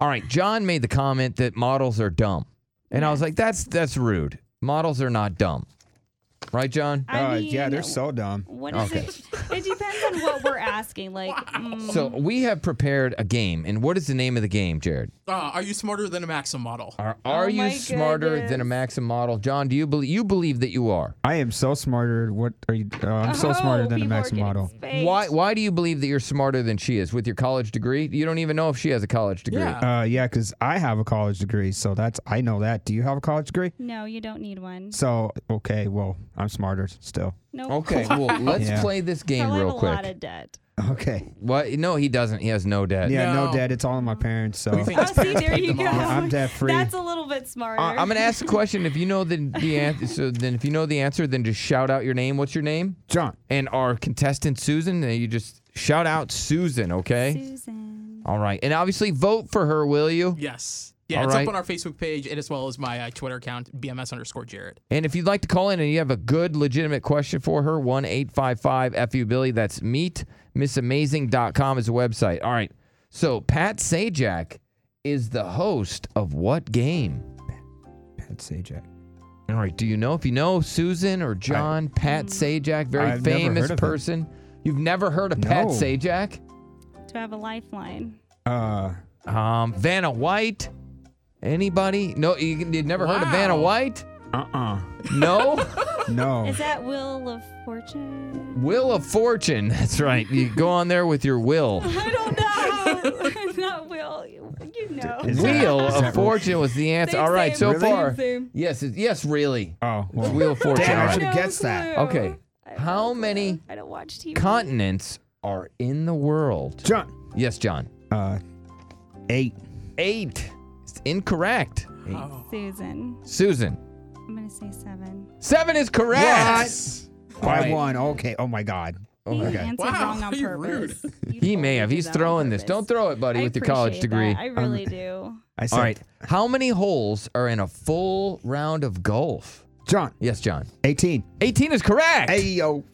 All right, John made the comment that models are dumb. And I was like, that's that's rude. Models are not dumb. Right, John? I Uh, yeah, they're mean, so dumb. What is Okay. it? It depends on what we're asking. Like, mm, So we have prepared a game. And what is the name of the game, Jared? Uh, are you smarter than a Maxim model? Are, Oh are you my smarter than a goodness. Maxim model? John, do you believe you believe that you are? I am so smarter. What are you? Uh, I'm so smarter Oh, than a people are Maxim getting model. spanked. Why why do you believe that you're smarter than she is with your college degree? You don't even know if she has a college degree. Yeah. Uh, yeah, because I have a college degree, so that's I know that. Do you have a college degree? no, you don't need one. So okay, well, I'm smarter still. No. Okay, well, let's Yeah. play this game I'll have real a lot quick. of debt. Okay. What? No, he doesn't. He has no debt. Yeah, no, No. debt. It's all on my parents. So We think Oh, his see, parents there paid you them go. off. I'm debt free. That's a little bit smarter. Uh, I'm gonna ask the question. If you know the the answer, then if you know the answer, then just shout out your name. What's your name? John. And our contestant Susan. And you just shout out Susan. Okay. Susan. All right. And obviously, vote for her, will you? Yes. Yeah, All it's right. up on our Facebook page and as well as my uh, Twitter account, BMS underscore Jared. And if you'd like to call in and you have a good, legitimate question for her, 1 855 FU Billy. That's meetmissamazing.com is a website. All right. So, Pat Sajak is the host of what game? Pat Sajak. All right. Do you know? If you know Susan or John, Pat Hmm. Sajak, very I've never famous heard of him. person. You've never heard of Pat No. Sajak? Do I have a lifeline? Uh, Um, Vanna White? Anybody? No, you, you've never heard of Vanna Wow. White? uh-uh. No? No. Is that Will of Fortune? Will of Fortune. That's right. You go on there with your will. I don't know. Not Will. You you know. Is that- Wheel is of that- Fortune was the answer. Same, All right, same, so same, far. same. Yes, it- yes, really. Oh, It's well, Wheel of Fortune. Damn, I All right. should've- guessed that. clue. Okay. I have How no clue. many I don't watch TV. Continents are in the world. John. Yes, John. Uh, eight. Eight. It's incorrect. Susan. Susan. I'm gonna say seven. Seven is correct. Yes. By right. one. Okay. Oh my God. he okay. answered Wow, wrong on you're rude. purpose. He may have. He's throwing this. Don't throw it, buddy, with your college degree. I really do. I said. All right. How many holes are in a full round of golf? John. Yes, John. 18. 18 is correct. Hey yo.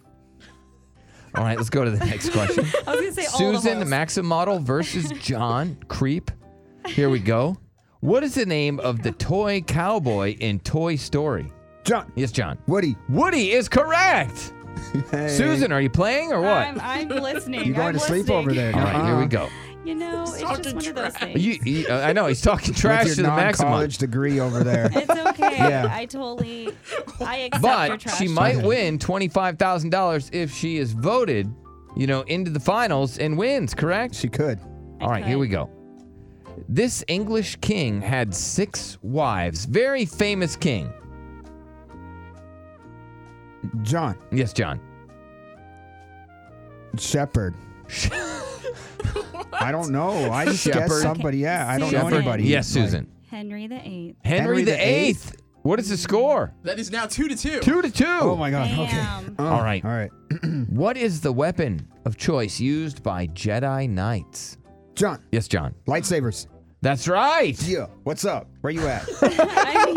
All right, let's go to the next question. I was gonna say all the Susan, the holes. Maxim model versus John Creep. Here we go. What is the name of the toy cowboy in Toy Story? John. Yes, John. Woody. Woody is correct. Hey. Susan, are you playing or I'm, Uh-huh. what? I'm listening. You going I'm to sleep listening. over there? All right, here we go. You know, it's just Talking one of those trash. things. You, you- uh, I know he's talking trash With to your the Maxim model, non-college degree over there. It's okay. Yeah. I totally. I accept your but trash. she might Okay. win twenty-five thousand dollars if she is voted, you know, into the finals and wins. Correct? she could. All right, here could. we go. This English king had six wives. Very famous king. John. Yes, John. Shepherd. I don't know. I just Shepherd. guessed somebody. Yeah, I don't Susan. know anybody. Yes, Like, Susan. Henry the Eighth. Henry, Henry the, the Eighth. What is the score? That is now two to two. Two to two. oh my God. Damn. Okay. Oh, All right. All right. What is the weapon of choice used by Jedi Knights? John. Yes, John. Lightsabers. That's right. Yeah. What's up? Where you at? I'm here. Hey.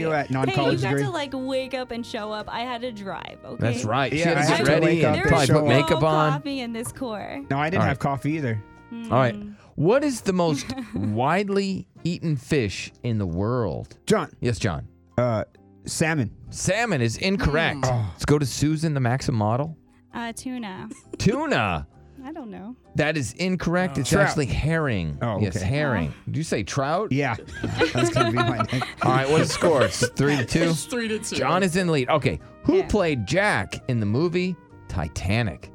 you at, Hey, you non-college got degree? to like wake up and show up. I had to drive. Okay. That's right. she Yeah, had I to get have to ready wake up and and probably show put up. makeup on. Coffee in this core. No, I didn't All right. have coffee either. All right. Mm. What is the most widely eaten fish in the world? John. Yes, John. Uh, salmon. Salmon is incorrect. Hmm. Oh. Let's go to Susan, the Maxim model. Uh, tuna. Tuna. I don't know. That is incorrect. It's Trout. actually herring. Oh, Yes, okay. herring. Did you say trout? Yeah. That's gonna be my name. All right, what is the score? It's three to two. It's three to two. John is in lead. Okay, who Yeah. played Jack in the movie Titanic?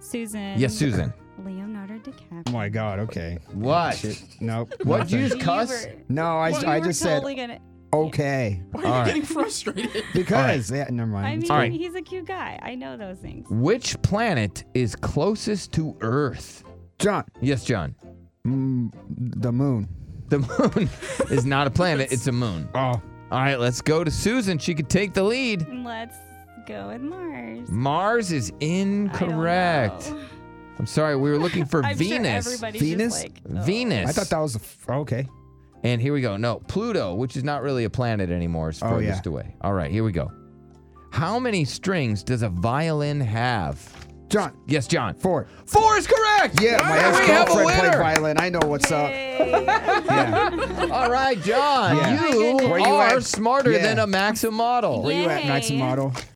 Susan. Yes, Susan. Leonardo Oh DiCaprio. my God. Okay. What? Shit. Nope. What? You nothing. just cuss? You No, I, were, you I were just totally said gonna, okay Why are you All right. getting frustrated? because yeah, never mind. I mean, All right. he's a cute guy. I know those things. Which planet is closest to Earth? John, Yes, John. mm, the moon. The moon is not a planet, it's a moon. Oh, All right, let's go to Susan. She could take the lead. Let's go with Mars. Mars is I don't incorrect. know. I'm sorry, we were looking for I'm sure Venus. everybody's Venus? Just like, oh. Venus. I thought that was a f- okay. And here we go. No, Pluto, which is not really a planet anymore, is Oh, furthest yeah. away. All right, here we go. How many strings does a violin have? John Yes, John. Ford. Four is correct. Yeah, my ex we have a girlfriend played winner. violin. I know "Oh." what's up. Yay. Yeah. All right, John. Yeah. You Where you are at? smarter Yeah. than a Maxim model. Where you at, Maxim Yay. Model?